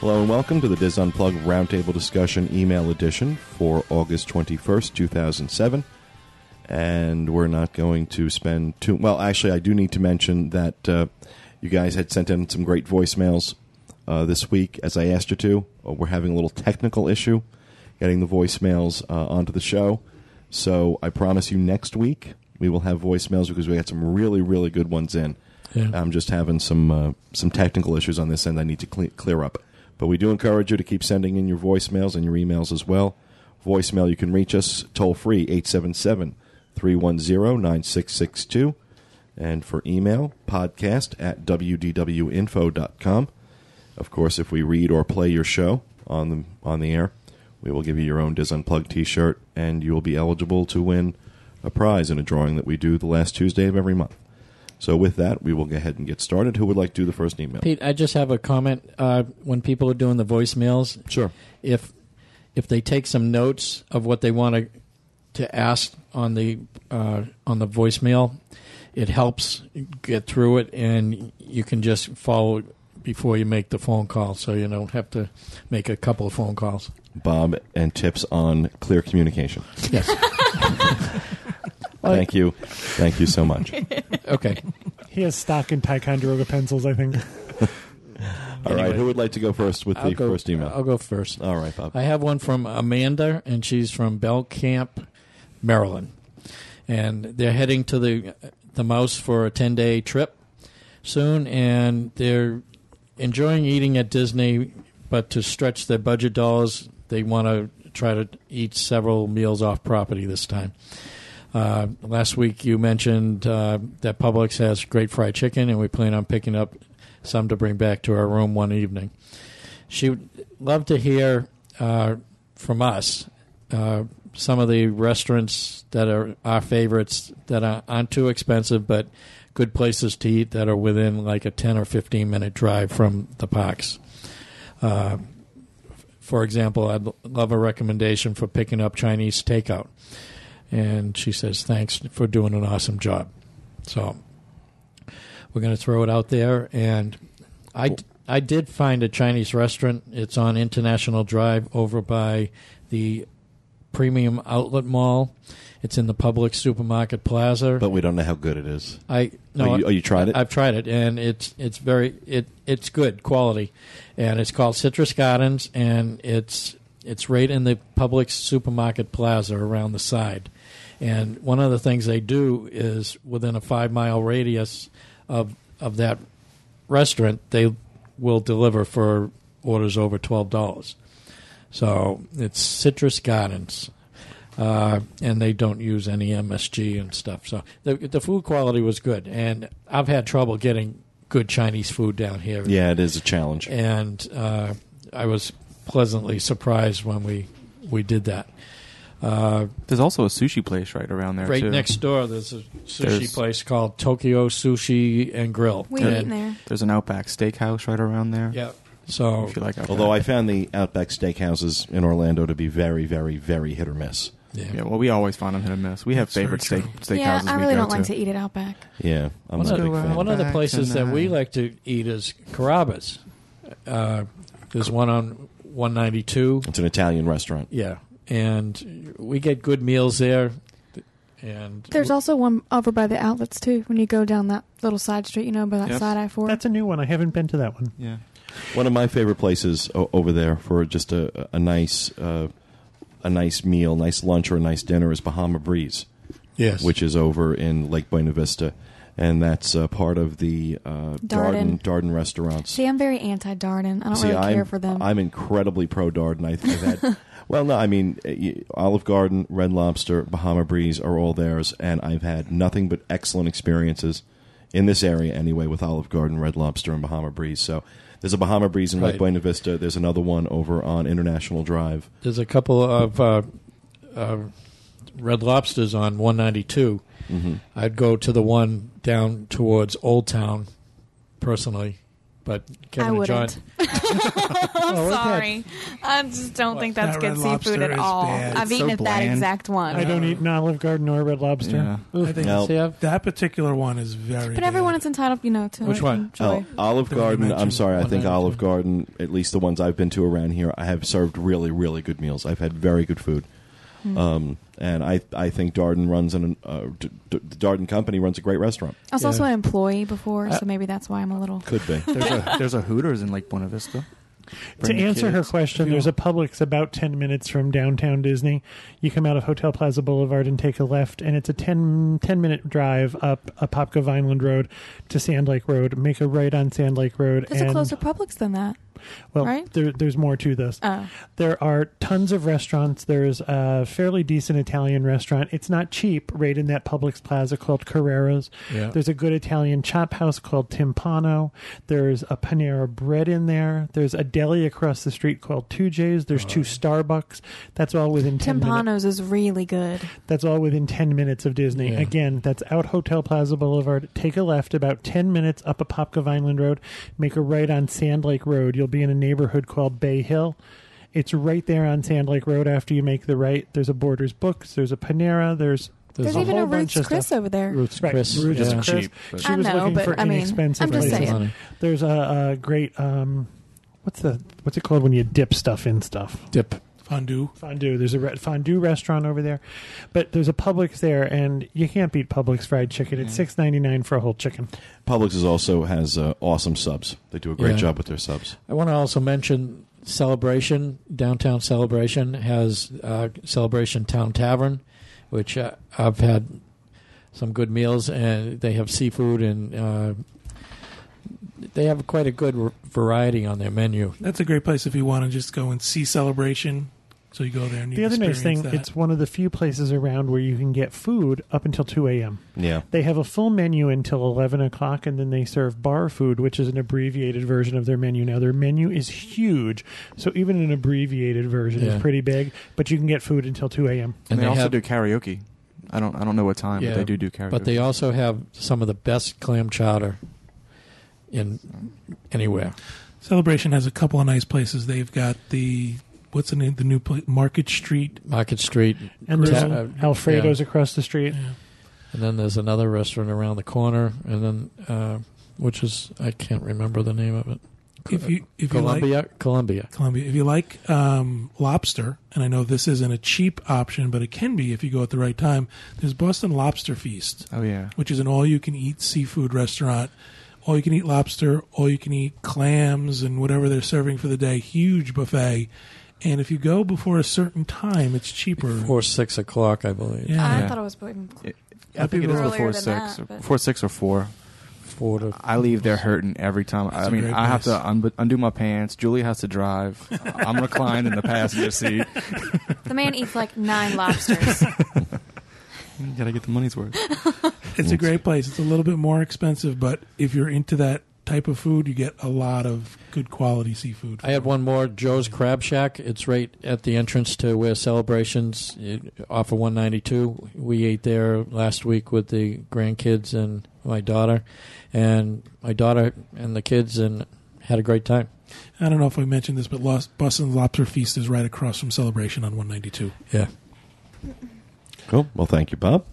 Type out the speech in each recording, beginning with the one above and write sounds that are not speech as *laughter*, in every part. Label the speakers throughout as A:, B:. A: Hello and welcome to the Diz Unplugged Roundtable Discussion Email Edition for August 21st, 2007. And we're not going to spend too well. Actually, I do need to mention that uh, you guys had sent in some great voicemails uh, this week, as I asked you to. Uh, we're having a little technical issue getting the voicemails uh, onto the show. So I promise you, next week we will have voicemails because we got some really, really good ones in.
B: Yeah.
A: I'm just having some uh, some technical issues on this end I need to cle clear up. But we do encourage you to keep sending in your voicemails and your emails as well. Voicemail, you can reach us toll free, 877 310 9662. And for email, podcast at wdwinfo.com. Of course, if we read or play your show on the, on the air, we will give you your own Diz Unplugged t shirt, and you will be eligible to win a prize in a drawing that we do the last Tuesday of every month. So, with that, we will go ahead and get started. Who would like to do the first email?
B: Pete, I just have a comment. Uh, when people are doing the voicemails,
A: Sure.
B: if if they take some notes of what they want to to ask on the uh, on the voicemail, it helps get through it, and you can just follow it before you make the phone call, so you don't have to make a couple of phone *laughs* calls.
A: Bob and tips on clear communication.
B: Yes.
A: Thank you. Thank you so much.
B: okay.
C: He has stock in Ticonderoga pencils, I
D: *laughs*
C: think.
A: All right. Who would like to go first with the
B: I'll go,
A: first email?
B: I'll go first.
A: All right, Bob.
B: I have one from Amanda, and she's from Bellcamp, Maryland, and they're heading to the the mouse for a ten day trip soon, and they're enjoying eating at Disney, but to stretch their budget dollars, they want to try to eat several meals off property this time. Uh, last week you mentioned uh, that Publix has great fried chicken, and we plan on picking up some to bring back to our room one evening. She would love to hear uh, from us uh, some of the restaurants that are our favorites that are, aren't too expensive, but good places to eat that are within like a 10 or 15 minute drive from the parks. Uh, for example, I'd l- love a recommendation for picking up Chinese takeout. And she says, thanks for doing an awesome job. So we're going to throw it out there. And I, I did find a Chinese restaurant. It's on International Drive over by the Premium Outlet Mall. It's in the public supermarket plaza.
A: but we don't know how good it is.
B: I no,
A: Oh, you- oh, you tried it?
B: I've tried it, and it's it's very it it's good quality, and it's called Citrus Gardens, and it's it's right in the public supermarket plaza around the side, and one of the things they do is within a five mile radius of of that restaurant, they will deliver for orders over twelve dollars. So it's Citrus Gardens, uh, and they don't use any MSG and stuff. So the the food quality was good, and I've had trouble getting good Chinese food down here.
A: Yeah, it is a challenge.
B: and uh, I was pleasantly surprised when we we did that. Uh,
E: There's also a sushi place right around there
B: right
E: too.
B: next door, there's a sushi
E: There's-
B: place called Tokyo Sushi and Grill.
D: We
B: And-
D: eat in there.
E: There's an Outback Steakhouse right around there.
B: Yeah. So
E: If you like Outback.
A: Although
B: uh,
A: I found the Outback Steakhouses in Orlando to be very, very, very hit or miss.
E: yeah, well, we always find them hit or miss. We have favorite steak steakhouses.
D: yeah, I
E: we
D: really
E: go
D: don't like
E: to
D: to eat it out back.
A: Yeah, I'm
B: One
A: not a
B: of-
A: big fan.
B: One of the
E: Back
B: places that we
E: tonight.
B: like to eat is Carrabba's. Uh, there's one on 192.
A: It's an Italian restaurant.
B: Yeah, and we get good meals there. And
D: There's also one over by the outlets too. When you go down that little side street, you know, by that
E: Yes.
D: side I four.
C: That's a new one. I haven't been to that one.
E: Yeah.
A: One of my favorite places o- over there for just a, a nice, uh, a nice meal, nice lunch, or a nice dinner is Bahama Breeze.
B: yes,
A: which is over in Lake Buena Vista, and that's uh, part of the uh, Darden
D: Darden.
A: Darden restaurants.
D: See, I'm very anti Darden. I don't
A: See,
D: really
A: I'm,
D: care for them.
A: I'm incredibly pro Darden. I, I've
D: *laughs*
A: had, well, no, I mean uh, you- Olive Garden, Red Lobster, Bahama Breeze are all theirs, and I've had nothing but excellent experiences in this area anyway with Olive Garden, Red Lobster, and Bahama Breeze. So. There's a Bahama Breeze in
B: Right.
A: Lake Buena Vista. There's another one over on International Drive.
B: there's a couple of uh, uh, red lobsters on 192.
A: Mm-hmm.
B: I'd go to the one down towards Old Town personally But Kevin
D: I
B: and John,
D: wouldn't. I'm
B: Oh, okay.
D: sorry. I just don't think that's
F: That
D: good
F: red
D: seafood
F: lobster
D: at
F: is
D: all.
F: bad.
D: I've
E: It's so
D: eaten at that
E: bland.
D: exact one.
C: I don't eat an Olive Garden or a Red Lobster.
E: Yeah.
F: I think
A: No.
B: see, I've-
F: that particular one is very.
D: but everyone
F: bad.
D: is entitled, you know, to
B: Which one?
A: Oh,
D: enjoy.
A: Olive
F: Did we
A: Garden. I'm
F: mention
A: sorry. I
B: one
A: think
B: item,
A: Olive
B: too?
A: Garden, at least the ones I've been to around here, I have served really, really good meals. I've had very good food. Um, and I, I think Darden runs an, uh, D- D- the Darden Company runs a great restaurant.
D: I was
B: Yeah.
D: also an employee before,
B: Uh,
D: so maybe that's why I'm a little.
A: Could be.
E: *laughs* There's a there's a Hooters in Lake Buena Vista.
C: to
E: Bring the
C: answer her
E: kids.
C: question, there's a Publix about 10 minutes from downtown Disney. You come out of Hotel Plaza Boulevard and take a left, and it's a 10, 10 minute drive up Apopka Vineland Road to Sand Lake Road. Make a right on Sand Lake Road.
D: There's
C: and,
D: a closer Publix than that.
C: well,
D: right?
C: there, there's more to this.
D: Oh,
C: There are tons of restaurants. There's a fairly decent Italian restaurant. It's not cheap, right in that Publix Plaza called Carrera's.
B: yeah.
C: There's a good Italian chop house called Timpano. There's a Panera Bread in there. There's a deli across the street called Two J's. There's two Starbucks. That's all within ten minutes.
D: Timpano's is really good.
C: That's all within ten minutes of Disney.
B: Yeah.
C: Again, that's out Hotel Plaza Boulevard. Take a left about ten minutes up Apopka Vineland Road. Make a right on Sand Lake Road. You'll be in a neighborhood called Bay Hill. It's right there on Sand Lake Road. After you make the right, there's a Borders Books. There's a Panera. There's
D: There's,
C: a
D: even a
C: whole bunch of
D: Ruth's Chris over there.
B: Roots
C: Right.
B: Chris.
C: Roots
B: yeah.
C: is Chris.
E: Cheap, but-
C: She
D: I
C: was
D: know,
C: looking
D: but
C: for
D: I mean,
C: inexpensive
D: I'm just
C: places.
D: saying.
B: Money.
C: There's a, a great um, what's the what's it called when you dip stuff in stuff?
B: Dip.
F: fondue.
C: Fondue. There's a re- fondue restaurant over there, but there's a Publix there, and you can't beat Publix fried chicken. It's six ninety nine for a whole chicken.
A: Publix is also has uh, awesome subs. They do a great
B: Yeah.
A: job with their subs.
B: I want to also mention Celebration, Downtown Celebration has uh, Celebration Town Tavern, which uh, I've had some good meals, and they have seafood and uh, they have quite a good r- variety on their menu.
F: That's a great place if you want to just go and see celebration. So you go there and you
C: the other nice thing,
F: experience that.
C: it's one of the few places around where you can get food up until two a.m.
A: Yeah.
C: They have a full menu until 11 o'clock, and then they serve bar food, which is an abbreviated version of their menu. Now, their menu is huge, so even an abbreviated version
B: Yeah.
C: is pretty big, but you can get food until 2 a.m.
E: And, they, also
B: have,
E: do karaoke. I don't I don't know what time,
B: Yeah,
E: but they do do karaoke.
B: but they also have some of the best clam chowder in anywhere.
F: celebration has a couple of nice places. They've got the what's the name? The new pla- Market Street.
B: Market Street,
C: And there's
B: Ta- uh,
C: Alfredo's across the street.
F: Yeah.
B: and then there's another restaurant around the corner, and then uh, which is I can't remember the name of it.
F: If you if you like
B: Columbia, Columbia.
F: Columbia. If you like um, lobster, and I know this isn't a cheap option, but it can be if you go at the right time. There's Boston Lobster Feast,
E: Oh yeah.
F: which is an all-you-can-eat seafood restaurant. All you can eat lobster, all you can eat clams, and whatever they're serving for the day. Huge buffet, and if you go before a certain time, it's cheaper.
B: Before six o'clock, I believe.
F: Yeah.
D: I
E: Yeah.
D: thought it was even
E: I think it is
D: earlier
E: before
D: than
E: six,
D: that,
E: or
D: but-
E: before six or four.
B: Four to
E: I leave there hurting every time.
F: That's
E: I
F: a
E: mean,
F: great
E: I have
F: place.
E: to un- undo my pants. Julie has to drive. I'm reclined in the passenger seat.
D: The man eats like nine lobsters.
E: *laughs* Gotta get the money's worth.
F: It's a great place. It's a little bit more expensive, but if you're into that type of food, you get a lot of good quality seafood.
B: I had one more Joe's Crab Shack. It's right at the entrance to where celebrations it- off of 192. We ate there last week with the grandkids and my daughter, and my daughter and the kids, and had a great time.
F: I don't know if we mentioned this, but Los- Boston's Lobster Feast is right across from Celebration on 192.
B: Yeah,
A: Cool. Well, thank you, Bob.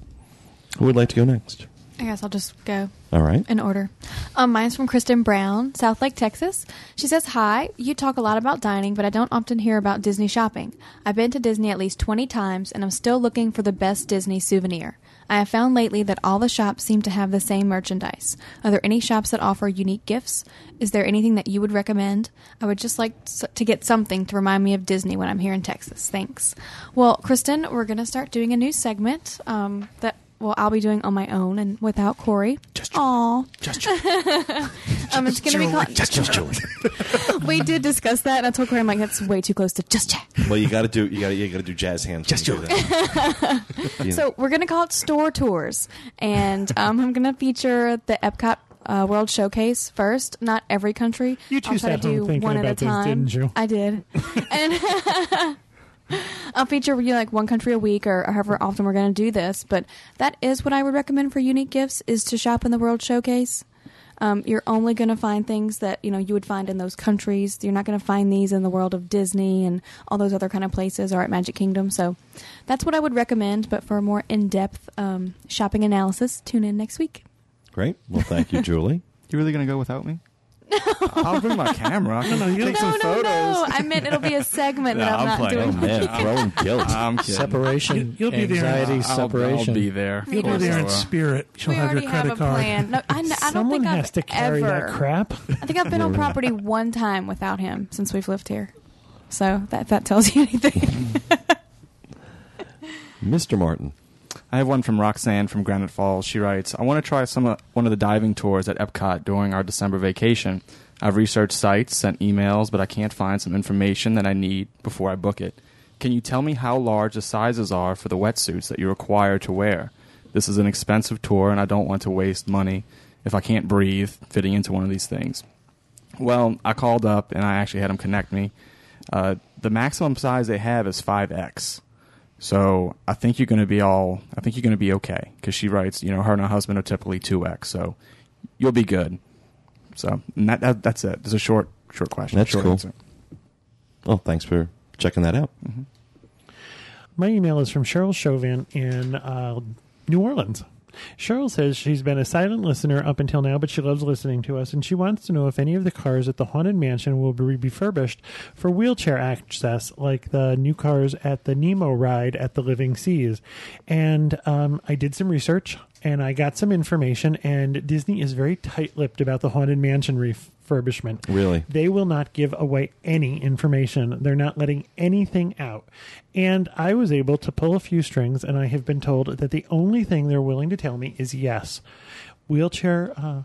A: Who would like to go next?
D: I guess I'll just go.
A: All right.
D: in order. Um, mine's from Kristen Brown, Southlake, Texas. She says, Hi, you talk a lot about dining, but I don't often hear about Disney shopping. I've been to Disney at least 20 times, and I'm still looking for the best Disney souvenir. I have found lately that all the shops seem to have the same merchandise. Are there any shops that offer unique gifts? Is there anything that you would recommend? I would just like s- to get something to remind me of Disney when I'm here in Texas. Thanks. Well, Kristen, we're going to start doing a new segment um, that well, I'll be doing on my own and without Corey. Just Aww. *laughs* Just um, it's gonna be called. Just, *laughs* we did discuss that. And that's what Corey. I'm like, that's way too close to just chat.
A: Well, you got to do you got to you got to do jazz hands. Just do that. Yeah.
D: So we're gonna call it store tours,
C: *laughs*
D: and um, I'm gonna feature the Epcot. Uh, World Showcase first, not every country.
C: You two
D: I'll try to
C: sat home
D: do
C: thinking
D: one at a
C: about this,
D: time.
C: didn't you?
D: I
C: *laughs*
D: did, and *laughs* I'll feature you know, like one country a week or however often we're going to do this. But that is what I would recommend for unique gifts: is to shop in the World Showcase. Um, you're only going to find things that you know you would find in those countries. You're not going to find these in the world of Disney and all those other kind of places or at Magic Kingdom. So that's what I would recommend. But for a more in-depth um, shopping analysis, tune in next week.
A: *laughs* Great. Well, thank you, Julie.
E: You really gonna go without me? I'll bring my camera. I can
F: No, no, you-
E: take some
D: no,
E: photos.
D: no. I meant it'll be a segment
E: No,
D: that I'm,
E: I'm
D: not
E: playing.
D: doing.
A: *laughs*
E: Oh,
A: Man, throwing guilt.
E: I'm kidding.
B: Separation.
F: You'll be there.
B: anxiety,
E: I'll-
B: separation.
E: I'll be there.
D: You'll be
F: Go
D: Yes.
F: there
E: So,
F: in
E: uh,
F: spirit. She'll
D: we
F: have your
D: already have
F: credit
D: a
F: card.
D: plan. No, I, I don't
C: Someone
D: think I've
C: has to carry
D: ever.
C: that crap.
D: I think I've been on property one time without him since we've lived here. So that that tells you anything. *laughs*
A: Mr. Martin.
E: I have one from Roxanne from Granite Falls. She writes, "I want to try some uh, one of the diving tours at Epcot during our December vacation. I've researched sites, sent emails, but I can't find some information that I need before I book it. Can you tell me how large the sizes are for the wetsuits that you're required to wear? This is an expensive tour, and I don't want to waste money if I can't breathe fitting into one of these things." Well, I called up and I actually had them connect me. Uh, the maximum size they have is 5X. So I think you're going to be all, I think you're going to be okay. Because she writes, you know, her and her husband are typically 2X. So you'll be good. So and that, that that's it. It's a short, short question.
A: That's
E: short
A: cool. Well, thanks for checking that out.
C: My email is from Cheryl Chauvin in uh, New Orleans. Cheryl says she's been a silent listener up until now, but she loves listening to us, and she wants to know if any of the cars at the Haunted Mansion will be refurbished for wheelchair access, like the new cars at the Nemo ride at the Living Seas. And um, I did some research and I got some information, and Disney is very tight lipped about the Haunted Mansion refurbishment.
A: Really?
C: They will not give away any information. They're not letting anything out. And I was able to pull a few strings, and I have been told that the only thing they're willing to tell me is yes. Wheelchair uh,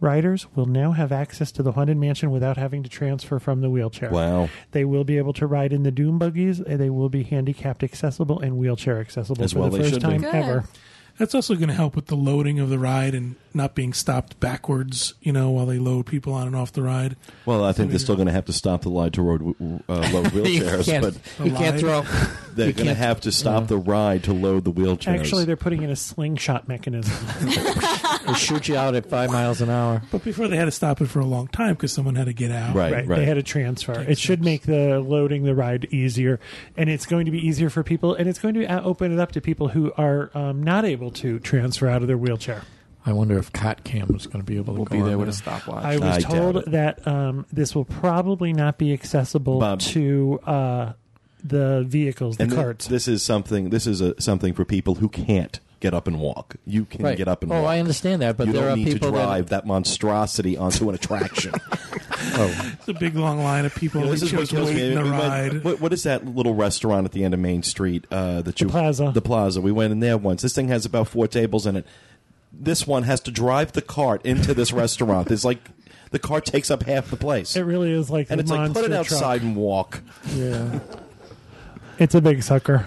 C: riders will now have access to the Haunted Mansion without having to transfer from the wheelchair.
A: Wow.
C: They will be able to ride in the Doom buggies. and They will be handicapped accessible and wheelchair accessible
A: As
C: for
A: well
C: the
A: they
C: first
A: should be.
C: time
D: Good.
C: ever.
F: That's also going to help with the loading of the ride and not being stopped backwards, you know, while they load people on and off the ride.
A: Well, I think they're still going to have to stop the ride to road uh,
B: *laughs*
A: load
B: You
A: wheelchairs,
B: can't,
A: but
B: you can't throw.
A: they're
B: you
A: going to
B: can't-
A: have to stop the ride to load the wheelchairs.
C: Actually, they're putting in a slingshot mechanism.
B: *laughs* They shoot you out at five miles an hour.
F: But before they had to stop it for a long time because someone had to get out.
A: right, right.
C: right, They had a transfer. it
F: Takes
C: should
F: steps.
C: make the loading the ride easier, and it's going to be easier for people, and it's going to uh, open it up to people who are um, not able to transfer out of their wheelchair.
B: I wonder if Cot Cam is going to be able to
E: We'll
B: go
E: be there
B: on
E: with a
B: there.
E: stopwatch.
C: I was
A: I doubt
C: told
A: it.
C: that um, this will probably not be accessible
A: Bob.
C: to uh, the vehicles, the
A: and thi-
C: carts.
A: this is something. This is a, something for people who can't get up and walk. You can
B: Right.
A: get up and
B: oh,
A: walk.
B: I understand that, but
A: you
B: there
A: don't
B: are
A: need to
B: people that *laughs*
A: drive that, monstrosity onto an attraction.
F: It's a big long line of people.
A: You know,
F: that just waiting the
A: We went- *laughs*
F: ride.
A: what, what is that little restaurant at the end of Main Street? Uh, that you,
C: Plaza.
A: The Plaza. We went in there once. This thing has about four tables in it. This one has to drive the cart into this restaurant. It's like the cart takes up half the place.
C: it really is like
A: and
C: the
A: it's like
C: monster
A: put it outside
C: truck.
A: and walk.
C: Yeah, it's a big sucker.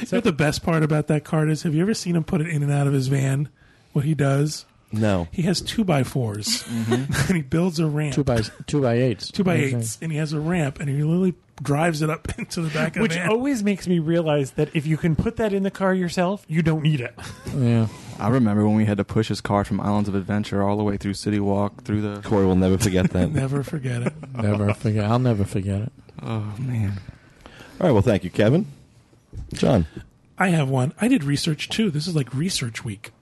F: You know what the best part about that card is? Have you ever seen him put it in and out of his van? What he does?
A: No.
F: He has two by 4s *laughs* and he builds a ramp.
B: two by two by eights,
F: two by eights, and he has a ramp, and he literally drives it up *laughs* into the back of
C: Which
F: the van.
C: always makes me realize that if you can put that in the car yourself, you don't need it.
B: Yeah,
E: I remember when we had to push his car from Islands of Adventure all the way through City Walk through the.
A: Corey will never forget *laughs* that.
F: Never forget it.
B: never forget. I'll never forget it.
E: Oh man,
A: All right. Well, thank you, Kevin. John.
F: I have one. I did research too. This is like research week.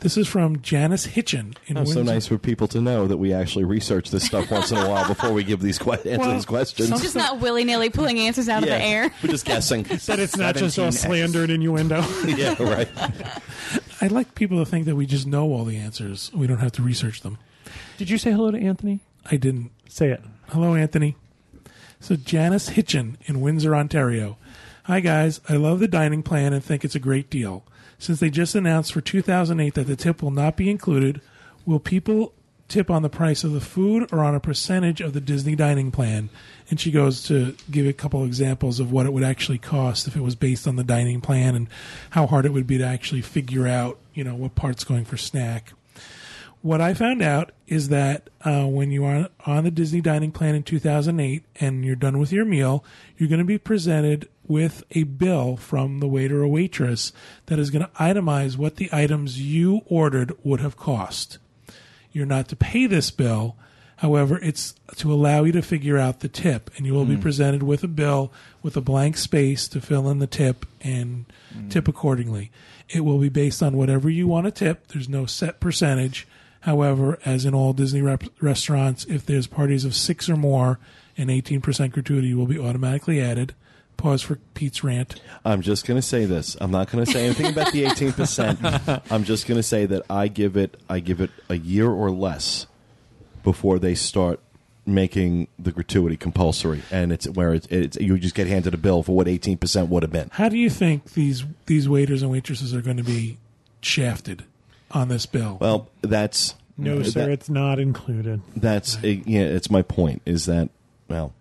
F: This is from Janice Hitchin in
A: It's Oh, so
F: Windsor.
A: nice for people to know that we actually research this stuff once in a while before we give these que- answer
F: Well,
A: these questions.
F: some-
D: just not willy nilly pulling answers out of
A: Yeah,
D: the air.
A: We're just guessing.
C: That it's not just all
E: 17X.
C: slander and
F: *laughs*
C: innuendo.
A: *laughs* yeah, right.
F: I'd like people to think that we just know all the answers. We don't have to research them.
C: Did you say hello to Anthony?
F: I didn't.
C: Say it.
F: Hello, Anthony. So, Janice Hitchin in Windsor, Ontario. Hi, guys. I love the dining plan and think it's a great deal. Since they just announced for 2008 that the tip will not be included, will people tip on the price of the food or on a percentage of the Disney dining plan? And she goes to give a couple examples of what it would actually cost if it was based on the dining plan and how hard it would be to actually figure out, you know, what part's going for snack what I found out is that uh, when you are on the Disney dining plan in 2008 and you're done with your meal, you're going to be presented with a bill from the waiter or waitress that is going to itemize what the items you ordered would have cost. You're not to pay this bill. However, it's to allow you to figure out the tip, and you will be presented with a bill with a blank space to fill in the tip and tip accordingly. It will be based on whatever you want to tip. There's no set percentage. However, as in all Disney rep- restaurants, if there's parties of six or more, an 18% gratuity will be automatically added. Pause for Pete's rant.
A: I'm just going to say this. I'm not going to say anything about the
C: *laughs*
A: 18%. I'm just going to say that I give it I give it a year or less before they start making the gratuity compulsory and it's where it's, it's you just get handed a bill for what 18% would have been.
F: How do you think these these waiters and waitresses are going to be shafted on this bill?
A: Well, that's uh,
C: No,
A: that-
C: sir, it's not included.
A: that's it, yeah, it's my point is that well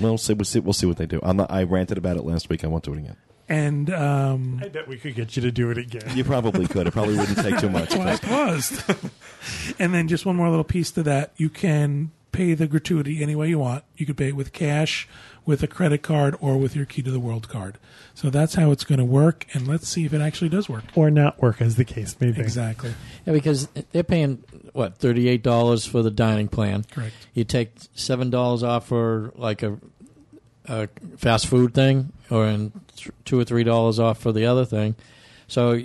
A: we'll see we'll see, we'll see what they do. I'm not, I ranted about it last week. I won't do it again.
F: and um,
G: I bet we could get you to do it again.
A: You probably could. It probably wouldn't take too
C: *laughs*
A: much.
F: well, I
A: but-
F: paused. and then just one more little piece to that. You can pay the gratuity any way you want. You could pay it with cash, with a credit card, or with your Key to the World card. So that's how it's going to work. And let's see if it actually does work.
C: Or not work, as the case may be.
F: Exactly.
B: Yeah, because they're paying what thirty eight dollars for the dining plan.
F: Correct.
B: You take seven dollars off for like a, a fast food thing, or and th- two or three dollars off for the other thing. So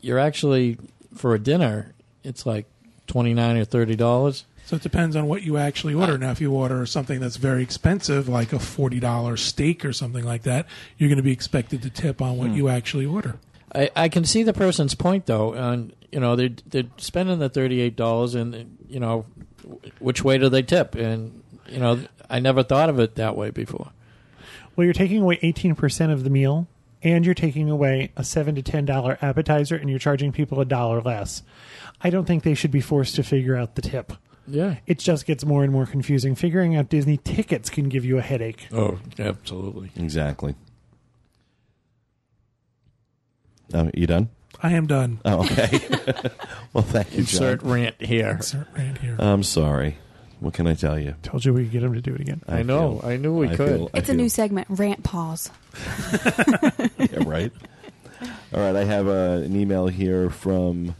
B: you're actually for a dinner, it's like twenty nine or thirty dollars.
F: So it depends on what you actually order. Now, if you order something that's very expensive, like a $40 steak or something like that, you're going to be expected to tip on what you actually order.
B: I, I can see the person's point though, and you know they're they're spending the thirty eight dollars, and you know wh- which way do they tip? And you know I never thought of it that way before.
C: Well, you're taking away 18% of the meal, and you're taking away a 7 to $10 appetizer, and you're charging people a dollar less. I don't think they should be forced to figure out the tip.
B: Yeah.
C: It just gets more and more confusing. Figuring out Disney tickets can give you a headache.
B: Oh, absolutely.
A: Exactly. Oh, you done?
F: I am done.
A: Oh, okay. well, thank you, John.
B: Insert rant here. *laughs*
F: Insert rant here.
A: I'm sorry. What can I tell you?
C: Told you we could get him to do it again.
B: I, know. I knew we
A: I
B: could.
A: feel- I
D: It's a new
A: feel-
D: segment, rant pause.
A: yeah, right? All right, I have uh, an email here from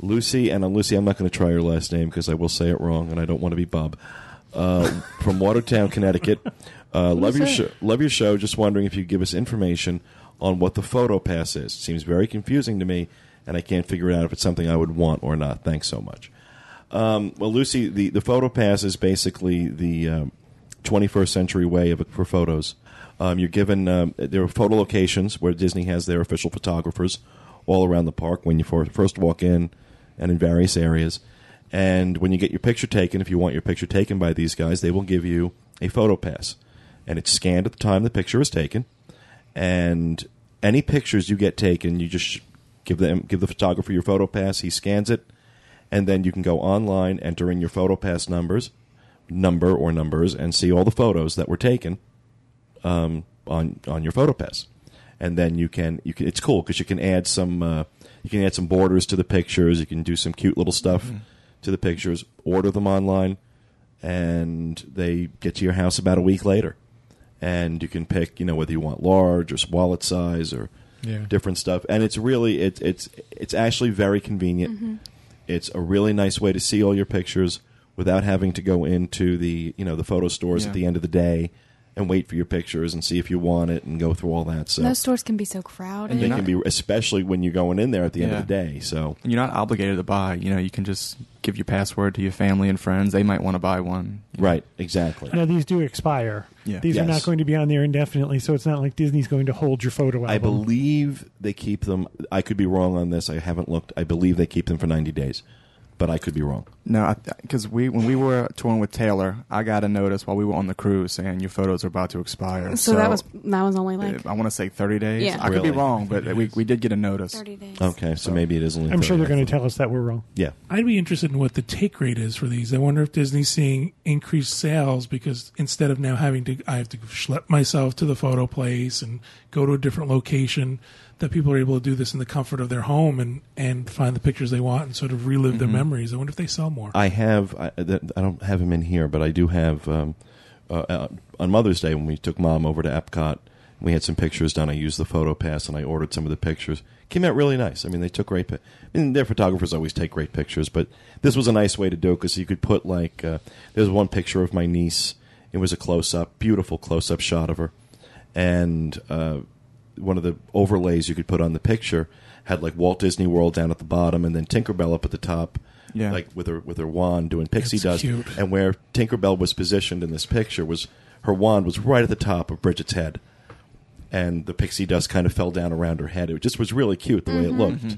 A: Lucy, and on Lucy, I'm not going to try your last name because I will say it wrong, and I don't want to be Bob. Uh, from Watertown, Connecticut. Uh, love your show. Love your show. Just wondering if you could give us information on what the photo pass is. Seems very confusing to me, and I can't figure out if it's something I would want or not. Thanks so much. Um, well, Lucy, the, the photo pass is basically the um, 21st century way of for photos. Um, you're given um, there are photo locations where Disney has their official photographers all around the park when you for, first walk in, and in various areas. And when you get your picture taken, if you want your picture taken by these guys, they will give you a photo pass, and it's scanned at the time the picture is taken. And any pictures you get taken, you just give them give the photographer your photo pass. He scans it and then you can go online, enter in your PhotoPass numbers, number or numbers, and see all the photos that were taken um, on on your PhotoPass. And then you can you can it's cool because you can add some uh, you can add some borders to the pictures. You can do some cute little stuff to the pictures. Order them online, and they get to your house about a week later. And you can pick you know whether you want large or wallet size or
B: Yeah.
A: different stuff. And it's really it, it's it's actually very convenient. It's a really nice way to see all your pictures without having to go into the you know the photo stores
E: Yeah.
A: at the end of the day and wait for your pictures and see if you want it and go through all that. So
D: Those stores can be so
A: and they
D: crowded.
E: you're
A: can be especially when you're going in there at the end of the
E: Yeah.
A: day. So
E: And You're not obligated to buy. You know, you can just give your password to your family and friends. They might want to buy one.
A: right, exactly.
C: Now, these do expire.
E: Yeah.
C: These are
A: Yes.
C: not going to be on there indefinitely, so it's not like Disney's going to hold your photo album.
A: I believe they keep them. I could be wrong on this. I haven't looked. I believe they keep them for 90 days, but I could be wrong.
E: No, because we when we were touring with Taylor, I got a notice while we were on the cruise saying your photos are about to expire.
D: So, that was that was only like
E: I want to say 30 days.
D: Yeah.
E: I could
A: Really?
E: be wrong, but we, we did get a notice.
D: thirty days.
A: Okay, so maybe it is only.
C: I'm sure
A: 30.
C: they're going to tell us that we're wrong.
A: Yeah,
F: I'd be interested in what the take rate is for these. I wonder if Disney's seeing increased sales because instead of now having to, I have to schlep myself to the photo place and go to a different location, that people are able to do this in the comfort of their home and, and find the pictures they want and sort of relive their memories. I wonder if they sell more.
A: I have. I, th- I don't have him in here, but I do have. Um, uh, uh, on Mother's Day, when we took mom over to Epcot, We had some pictures done. I used the photo pass and I ordered some of the pictures. Came out really nice. I mean, they took great. Pi- I mean, their photographers always take great pictures, but this was a nice way to do it because you could put like uh, there's one picture of my niece. It was a close up, beautiful close up shot of her, and uh, one of the overlays you could put on the picture had like Walt Disney World down at the bottom and then Tinkerbell up at the top.
E: Yeah.
A: Like with her with her wand doing pixie
F: It's
A: dust
F: cute.
A: and where Tinkerbell was positioned in this picture was her wand was right at the top of Bridget's head and the pixie dust kind of fell down around her head it just was really cute the way it looked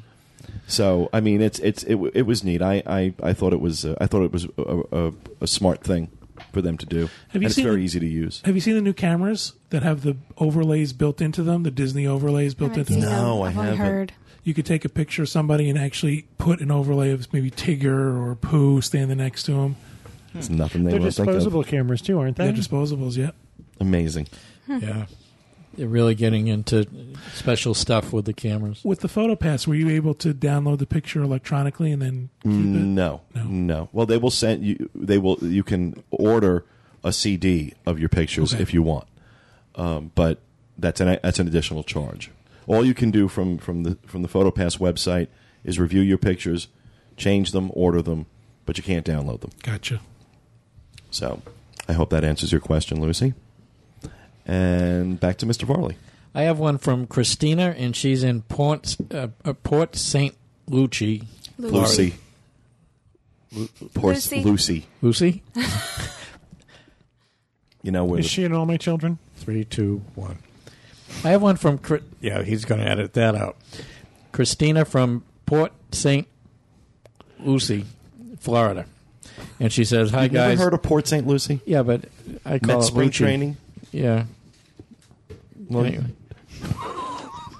A: so I mean it's it's it, w- it was neat I, I, I thought it was uh, I thought it was a, a, a smart thing for them to do and
F: you
A: it's
F: seen
A: very
F: the-
A: easy to use
F: Have you seen the new cameras that have the overlays built into them? The Disney overlays built
D: Haven't seen
F: into them.
A: No,
D: them.
A: I
D: I've only
A: haven't.
D: heard.
F: You could take a picture of somebody and actually put an overlay of maybe Tigger or Pooh standing next to him.
A: it's nothing they
C: They're
A: won't think of
C: disposable cameras too, aren't
F: They're
C: they?
F: disposables, yeah.
A: amazing
B: Yeah. They're really getting into special stuff with the cameras.
F: With the photo pass, were you able to download the picture electronically and then keep it?
A: No,
F: No.
A: no, Well, they will send you. They will. You can order a CD of your pictures
F: Okay.
A: if you want, um, but that's an that's an additional charge. All you can do from from the from the PhotoPass website is review your pictures, change them, order them, but you can't download them.
F: Gotcha.
A: So, I hope that answers your question, Lucy. And back to Mr. Varley.
B: I have one from Christina, and she's in Port, uh, uh, Port St. Lucie.
A: Lucy. Poor
D: Lucy.
A: Lucy.
B: Lucy?
A: You know where
C: Is
A: the-
C: she and all my children?
G: Three, two, one.
B: I have one from Chri-
G: Yeah, he's going to edit that out.
B: Christina from Port St. Lucie, Florida. And she says, Hi,
A: You've never
B: guys.
A: heard of Port St. Lucie?
B: yeah, but I call
A: Met
B: it
A: spring
B: Lucie.
A: training.
B: Yeah.
A: Well,
B: Anyway,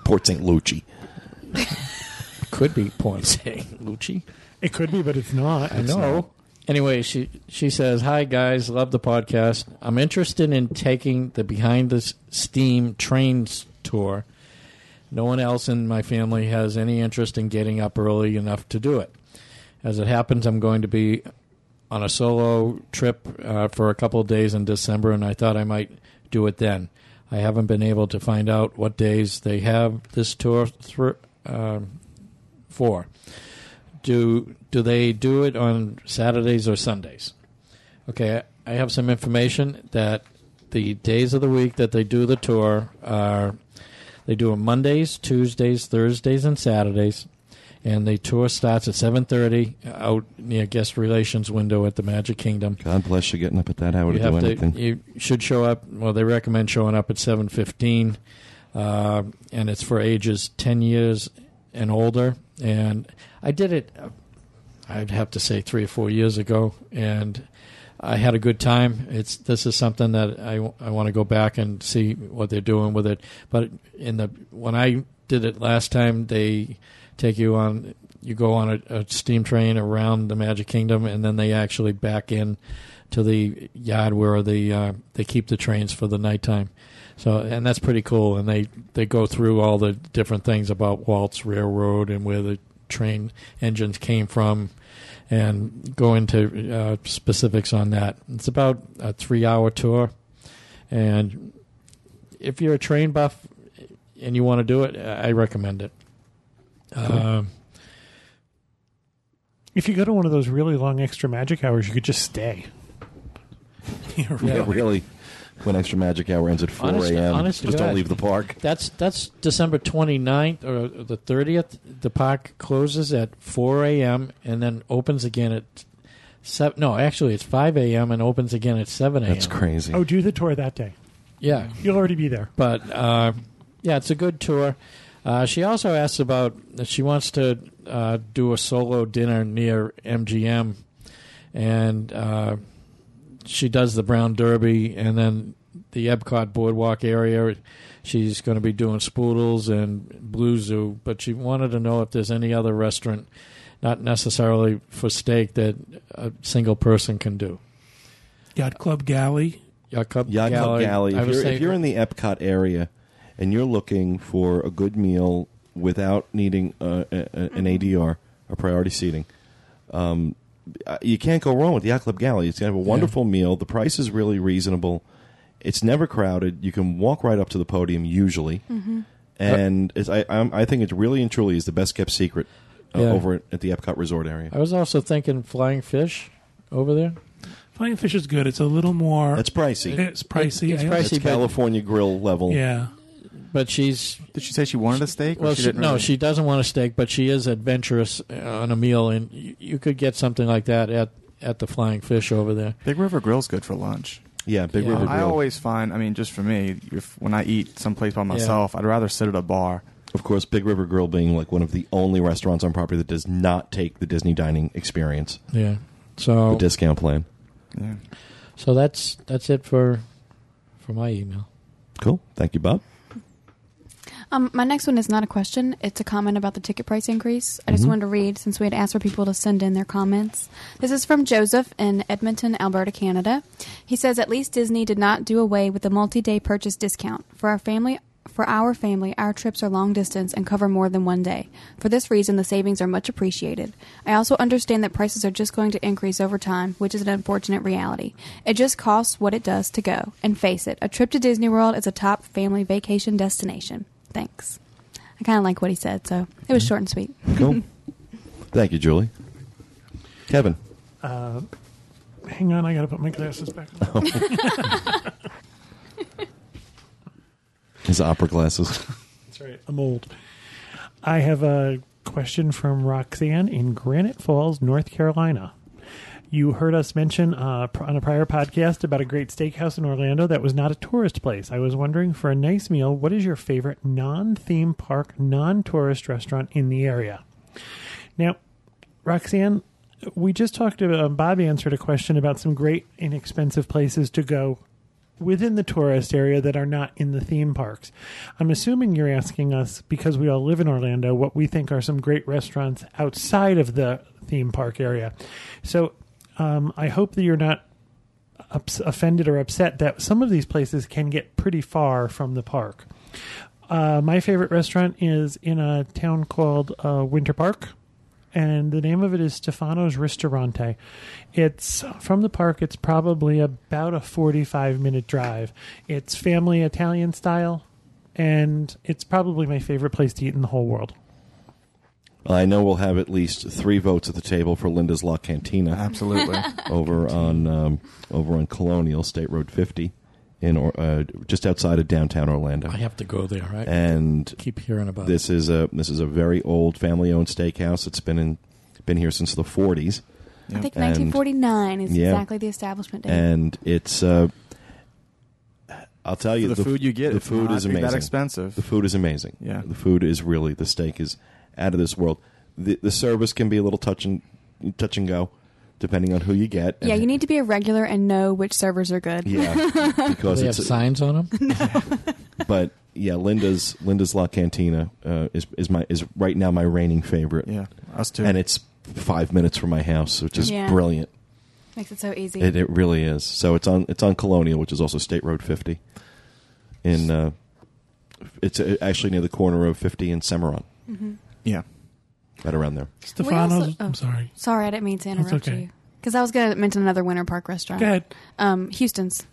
A: Port St. Lucie.
B: could be Port St. Lucie.
C: It could be, but it's not.
B: I know. Anyway, she she says, "Hi guys, love the podcast. I'm interested in taking the behind the steam trains tour. No one else in my family has any interest in getting up early enough to do it. As it happens, I'm going to be on a solo trip uh, for a couple of days in December, and I thought I might do it then. I haven't been able to find out what days they have this tour thr um for." do do they do it on Saturdays or Sundays? Okay, I have some information that the days of the week that they do the tour are they do it Mondays, Tuesdays, Thursdays, and Saturdays, and the tour starts at seven thirty out near guest relations window at the Magic Kingdom.
A: God bless you getting up at that hour to
B: You
A: do
B: have
A: anything. *laughs*
B: to. You should show up. Well, they recommend showing up at seven fifteen, uh, and it's for ages ten years and older. And I did it. uh, I'd have to say three or four years ago, and I had a good time. It's this is something that I, I want to go back and see what they're doing with it. But in the when I did it last time, they take you on you go on a, a steam train around the Magic Kingdom, and then they actually back in to the yard where the uh, they keep the trains for the nighttime. So and that's pretty cool. And they they go through all the different things about Walt's Railroad and where the train engines came from and go into uh, specifics on that. It's about a three hour tour. And if you're a train buff and you want to do it, I recommend it. Um,
C: If you go to one of those really long extra magic hours, you could just stay.
F: Yeah,
A: Yeah,
F: really.
A: really. When extra magic hour ends at 4
B: Honest-
A: a.m.,
B: honest
A: just
B: to
A: don't
B: God.
A: leave the park.
B: that's that's December 29th or the 30th. The park closes at 4 a.m. and then opens again at seven. No, actually, it's 5 a.m. and opens again at 7 a.m.
A: That's crazy.
C: Oh, do the tour that day.
B: Yeah,
C: You'll already be there.
B: but uh, yeah, it's a good tour. Uh, she also asked about she wants to uh, do a solo dinner near MGM, and uh, she does the Brown Derby and then the Epcot Boardwalk area. She's going to be doing Spoodles and Blue Zoo, but she wanted to know if there's any other restaurant, not necessarily for steak, that a single person can do.
F: Yacht Club Galley.
B: Yacht Club
A: Yacht Club Galley.
B: I
A: If
B: was
A: you're, if
B: saying-
A: you're in the Epcot area and you're looking for a good meal without needing uh, a, a, an ADR, a priority seating, um, uh, you can't go wrong with Yacht Club Galley. It's going to have a wonderful meal. The price is really reasonable. It's never crowded. You can walk right up to the podium usually, and it's, I I'm, I think it really and truly is the best kept secret uh,
B: Yeah.
A: over at, at the Epcot Resort area.
B: I was also thinking flying fish over there.
F: Flying fish is good. It's a little more. eh,
A: That's pricey.
F: it's pricey.
B: it's
F: I-
B: pricey.
A: That's
B: but-
A: California Grill level.
F: Yeah.
B: But she's
E: Did she say she wanted a steak? Or
B: well,
E: she,
B: she,
E: didn't
B: no,
E: really-
B: she doesn't want a steak, but she is adventurous uh, on a meal, and you, you could get something like that at at the Flying Fish over there.
E: Big River Grill's good for lunch.
A: Yeah, Big
B: Yeah.
A: River Grill.
E: I always find, I mean, just for me, if when I eat someplace by myself, I'd rather sit at a bar.
A: Of course, Big River Grill being like one of the only restaurants on property that does not take the Disney dining experience,
B: Yeah. So
A: the discount plan.
E: Yeah.
B: so that's that's it for for my email.
A: Cool. Thank you, Bob.
D: Um, my next one is not a question. It's a comment about the ticket price increase. I just wanted to read since we had asked for people to send in their comments. This is from Joseph in Edmonton, Alberta, Canada. He says at least Disney did not do away with the multi-day purchase discount for our family. For our family, our trips are long distance and cover more than one day. For this reason, the savings are much appreciated. I also understand that prices are just going to increase over time, which is an unfortunate reality. It just costs what it does to go. And face it, a trip to Disney World is a top family vacation destination. Thanks. I kind of like what he said, so it was short and sweet.
A: Cool. Thank you, Julie. Kevin.
C: Hang on, I got to put my glasses back on.
A: His opera glasses.
C: That's right. I'm old. I have a question from Roxanne in Granite Falls, North Carolina. You heard us mention uh, pr- on a prior podcast about a great steakhouse in Orlando that was not a tourist place. I was wondering for a nice meal, what is your favorite non theme park, non tourist restaurant in the area? Now, Roxanne, we just talked about, Bob answered a question about some great inexpensive places to go within the tourist area that are not in the theme parks. I'm assuming you're asking us, because we all live in Orlando, what we think are some great restaurants outside of the theme park area. So um, I hope that you're not ups- offended or upset that some of these places can get pretty far from the park. Uh, my favorite restaurant is in a town called uh, Winter Park, and the name of it is Stefano's Ristorante. It's uh, from the park. It's probably about a forty-five minute drive. It's family Italian style, and it's probably my favorite place to eat in the whole world.
A: I know we'll have at least three votes at the table for Linda's La Cantina
D: *laughs*
E: Absolutely.
A: over on um, over on Colonial State Road 50 in or, uh, just outside of downtown Orlando.
B: I have to go there. I
A: And
B: keep hearing about
A: This is a this is a very old family owned steakhouse. It's been in been here since the 40s,
D: I think
A: And-
D: 1949 is
A: yeah.
D: exactly the establishment date.
A: and it's. Uh, I'll tell you
E: the, food you get,
A: The
E: it's
A: food
E: not
A: is
E: be
A: amazing.
E: That expensive.
A: The food is amazing.
E: Yeah.
A: the food is really the steak is out of this world. The the service can be a little touch and touch and go, depending on who you get.
D: yeah, you need to be a regular and know which servers are
A: *laughs*
D: good.
A: Yeah,
B: it.
A: because
B: They have
A: it's
B: signs on
A: *laughs*
B: them.
A: but yeah, Linda's Linda's La Cantina uh, is is my is right now my reigning favorite.
E: yeah, us too.
A: and it's five minutes from my house, which is
D: Yeah.
A: brilliant.
D: Makes it so easy.
A: It, it really is. So it's on it's on Colonial, which is also State Road 50. In uh, it's uh, actually near the corner of 50 and Cimarron,
E: yeah.
A: right around there.
F: Stefano's.
B: uh,
D: also-
F: I'm sorry.
D: Sorry, I didn't mean to interrupt
F: okay.
D: you. Because I was going to mention another Winter Park restaurant.
F: Go ahead.
D: Um, Houston's.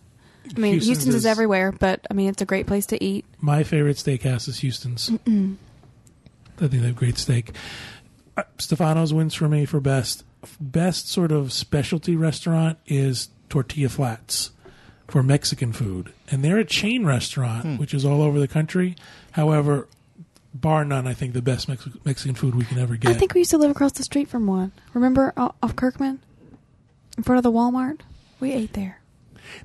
D: I mean,
F: Houston's
D: Houston's, is,
F: is-
D: everywhere, but I mean, it's a great place to eat.
F: My favorite steakhouse is Houston's. I think they have great steak. Uh, Stefano's wins for me for best. Best sort of specialty restaurant is Tortilla Flats for Mexican food. And they're a chain restaurant,
D: Hmm.
F: which is all over the country. However, bar none, I think the best Mex- Mexican food we can ever get.
D: I think we used to live across the street from one. Remember o- off Kirkman? In front of the Walmart? We ate there.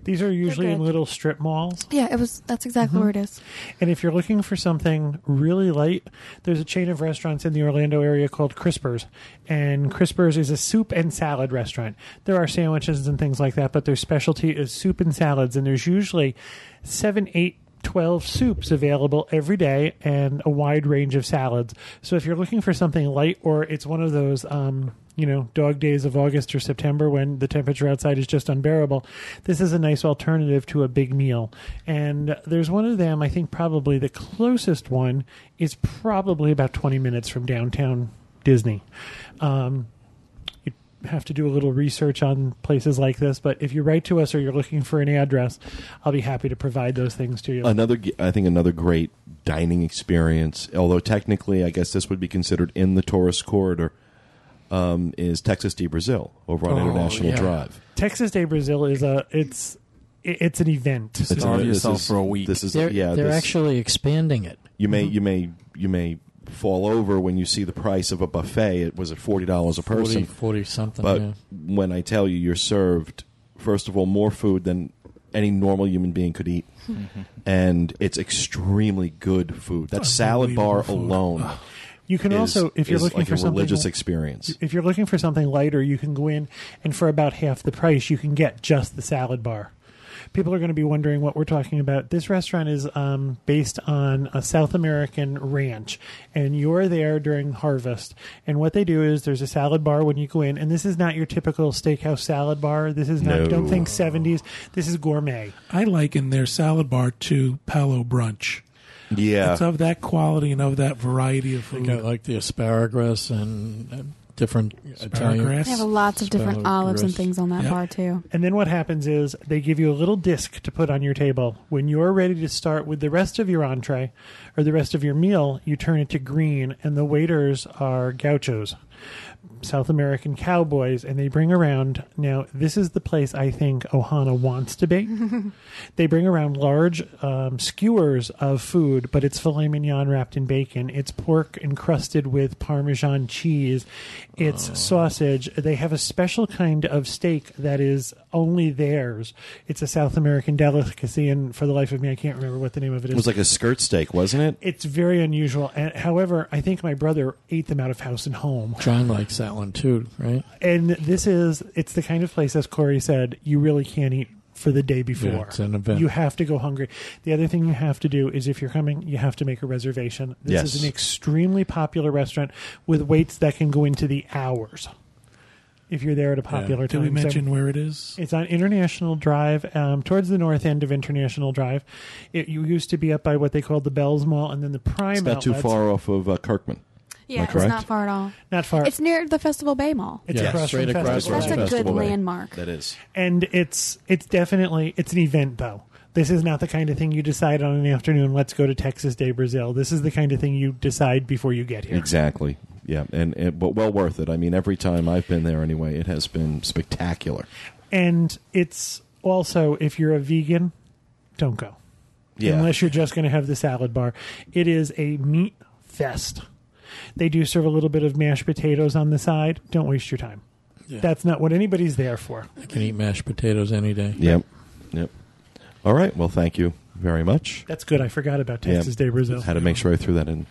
C: These are usually in
D: good.
C: little strip malls.
D: Yeah, it was. That's exactly
F: Mm-hmm.
D: where it is.
C: And if you're looking for something really light, there's a chain of restaurants in the Orlando area called Crispers. And Crispers is a soup and salad restaurant. There are sandwiches and things like that, but their specialty is soup and salads. And there's usually seven, eight, 12 soups available every day and a wide range of salads. So if you're looking for something light or it's one of those, um, you know, dog days of August or September when the temperature outside is just unbearable, this is a nice alternative to a big meal. And there's one of them, I think probably the closest one is probably about 20 minutes from downtown Disney. Um, you have to do a little research on places like this, but if you write to us or you're looking for an address, I'll be happy to provide those things to you.
A: Another, g- I think, another great dining experience. Although technically, I guess this would be considered in the tourist corridor. Um, is Texas de Brazil over on
F: Oh,
A: International
B: yeah.
A: Drive?
C: Texas Day Brazil is a it's it- it's an event.
A: It's
E: starve
A: a- this
E: yourself
A: is-
E: for a week.
A: This is
B: They're,
A: yeah.
B: they're
A: this-
B: actually Mm-hmm. expanding it.
A: you may you may you may fall over when you see the price of a buffet. It was at forty dollars a
B: 40,
A: person,
B: 40 something.
A: but
B: yeah.
A: when I tell you, you're served first of all more food than any normal human being could eat, and it's extremely good food. That salad bar
F: Unbelievable food.
A: alone
C: You can
A: is,
C: also if you're
A: is
C: looking
A: like
C: for
A: a
C: something
A: religious experience.
C: if you're looking for something lighter, you can go in and for about half the price, you can get just the salad bar. People are going to be wondering what we're talking about. This restaurant is um, based on a South American ranch, and you're there during harvest. And what they do is there's a salad bar when you go in, and this is not your typical steakhouse salad bar. This is not,
A: No.
C: don't think 70s. This is gourmet.
F: I liken their salad bar to Palo Brunch.
A: Yeah,
F: It's of that quality and of that variety of
B: They
F: food.
B: got like the asparagus and uh, different Italian.
F: Paragraphs.
D: They have lots of different
B: Spinal
D: olives and
B: arrest.
D: things on that
F: Yeah.
D: bar too.
C: And then what happens is they give you a little disc to put on your table. When you're ready to start with the rest of your entree or the rest of your meal, you turn it to green, and the waiters are gauchos, South American cowboys, and they bring around. Now, this is the place I think Ohana wants to be. *laughs* they bring around large um, skewers of food, but it's filet mignon wrapped in bacon. It's pork encrusted with Parmesan cheese.
A: Oh.
C: It's sausage. They have a special kind of steak that is only theirs. It's a South American delicacy, and for the life of me, I can't remember what the name of it
A: it
C: is.
A: was like a skirt steak, wasn't it?
C: it's very unusual. And, however, I think my brother ate them out of house and home.
B: John likes that one too, right?
C: And this is, it's the kind of place, as Corey said, you really can't eat for the day before.
B: Yeah, it's an event.
C: You have to go hungry. The other thing you have to do is if you're coming, you have to make a reservation. This
A: Yes.
C: is an extremely popular restaurant with waits that can go into the hours if you're there at a popular
F: Did
C: time.
F: we
C: So
F: mention where it is?
C: it's on International Drive, um, towards the north end of International Drive. It you used to be up by what they called the Bells Mall, and then the Prime.
A: It's not too
C: outlets.
A: far off of uh, Kirkman.
D: Yeah, it's
A: correct?
D: not far at all.
C: Not far.
D: It's near the Festival Bay Mall.
C: It's
B: Yeah,
C: across
B: straight
C: from
B: across
C: Festival
D: That's
A: Right.
D: a
C: Bay.
D: good
A: Festival Bay.
D: landmark.
A: That is.
C: and it's it's definitely it's an event though this is not the kind of thing you decide on an afternoon let's go to texas day brazil this is the kind of thing you decide before you get here
A: Exactly. Yeah, and, and but well worth it. I mean, every time I've been there, anyway, it has been spectacular.
C: and it's also if you're a vegan don't go
A: Yeah,
C: unless you're just going to have the salad bar it is a meat fest they do serve a little bit of mashed potatoes on the side don't waste your time
B: Yeah.
C: that's not what anybody's there for
B: I can eat mashed potatoes any day.
A: Yep. Yep. All right. Well, thank you very much.
C: that's good i forgot about
A: Yeah.
C: texas day brazil
A: Had to make sure I threw that in.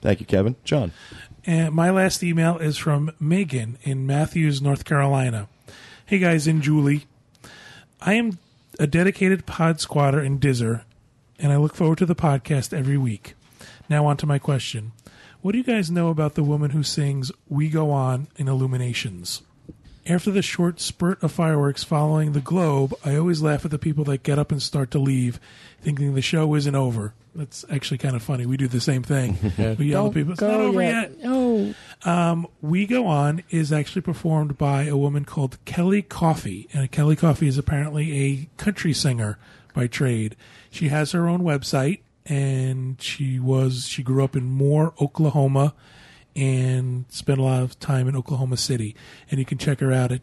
A: Thank you, Kevin. John.
F: And my last email is from Megan in Matthews, North Carolina. Hey guys, and Julie. I am a dedicated pod squatter and dizzer, and I look forward to the podcast every week. Now on to my question. What do you guys know about the woman who sings We Go On in Illuminations? After the short spurt of fireworks following the globe, I always laugh at the people that get up and start to leave, thinking the show isn't over. That's actually kind of funny. We do the same thing. We yell at people, it's not over yet.
B: No.
F: We Go On is actually performed by a woman called Kelly Coffey. And Kelly Coffey is apparently a country singer by trade. She has her own website and she was she grew up in Moore, Oklahoma and spent a lot of time in Oklahoma City. And you can check her out at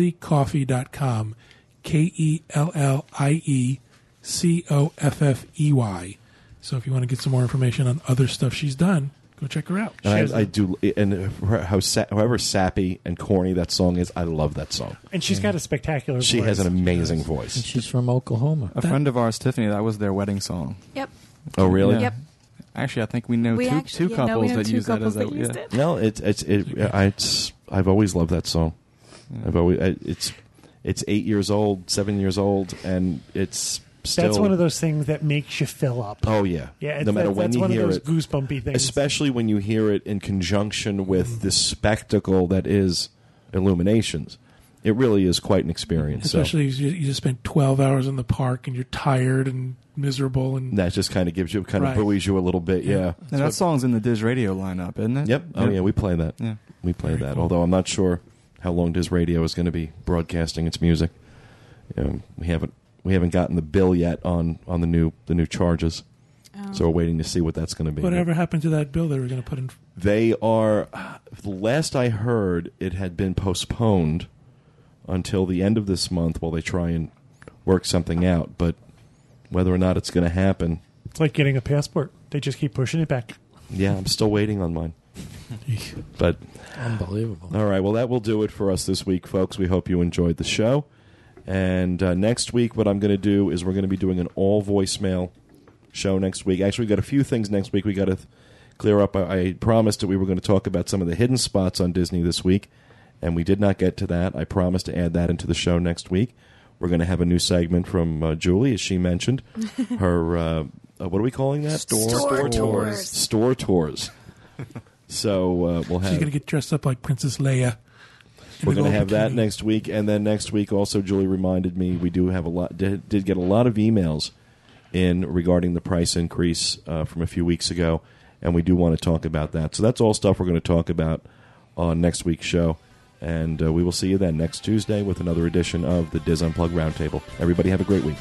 F: www.kellycoffee.com. K E L L I E C O F F E Y. So if you want to get some more information on other stuff she's done, go check her out.
A: And I, I do, and how sa- however sappy and corny that song is, I love that song.
C: and she's got a spectacular
A: She
C: voice.
A: has an amazing
B: And
A: voice.
B: she's from Oklahoma.
E: A friend of ours, Tiffany, that was their wedding song.
D: Yep.
A: Oh, really?
E: Yeah.
D: Yep.
E: Actually, I think we know
D: we
E: two,
D: actually
E: two
D: yeah, no, we
E: couples
D: know
E: that
D: two
E: use that
D: couples
E: as a
D: that used
E: yeah.
D: it.
A: No, it's it's it. I, it's I've always loved that song. I've always I, it's it's eight years old, seven years old, and it's still.
C: that's one of those things that makes you fill up
A: Oh yeah,
C: Yeah, it's,
A: No matter
C: that's,
A: when
C: that's
A: you
C: one
A: hear
C: of those
A: it,
C: goosebumpy things.
A: especially when you hear it in conjunction with the spectacle that is illuminations it really is quite an experience
F: Especially if you, you just spent 12 hours in the park and you're tired and miserable
A: so
F: and
A: that just kind of gives you kind
F: Right.
A: of buoys you a little bit yeah
E: And that song's in the Diz Radio lineup, isn't it?
A: yep oh yeah we play that
E: Yeah.
A: we play that. Although I'm not sure how long Diz Radio is going to be broadcasting its music. You know, we haven't we haven't gotten the bill yet on, on the new the new charges, so we're waiting to see what that's going to be.
F: Oh. Whatever happened to that bill they were going to put in?
A: They are. The last I heard, it had been postponed until the end of this month while they try and work something out. But whether or not it's going to happen,
C: It's like getting a passport. They just keep pushing it back.
A: yeah, I'm still waiting on mine. But
B: Unbelievable.
A: all right, well, that will do it for us this week, folks. We hope you enjoyed the show. And uh, next week, what I'm going to do is we're going to be doing an all voicemail show next week. Actually, we got a few things next week. We got to th- clear up. I, I promised that we were going to talk about some of the hidden spots on Disney this week, and we did not get to that. I promised to add that into the show next week. We're going to have a new segment from uh, Julie, as she mentioned. Her uh, uh, what are we calling that?
E: Store Store tours. tours.
A: Store
E: *laughs*
A: tours. so uh, we'll have
F: She's going to get dressed up like Princess Leia. in
A: we're
F: the
A: going to have
F: gold
A: that
F: bikini.
A: next week, and then next week also. Julie reminded me we do have a lot. Did, did get a lot of emails in regarding the price increase uh, from a few weeks ago, and we do want to talk about that. So that's all stuff we're going to talk about on next week's show, and uh, we will see you then next Tuesday with another edition of the Diz Unplug Roundtable. Everybody have a great week.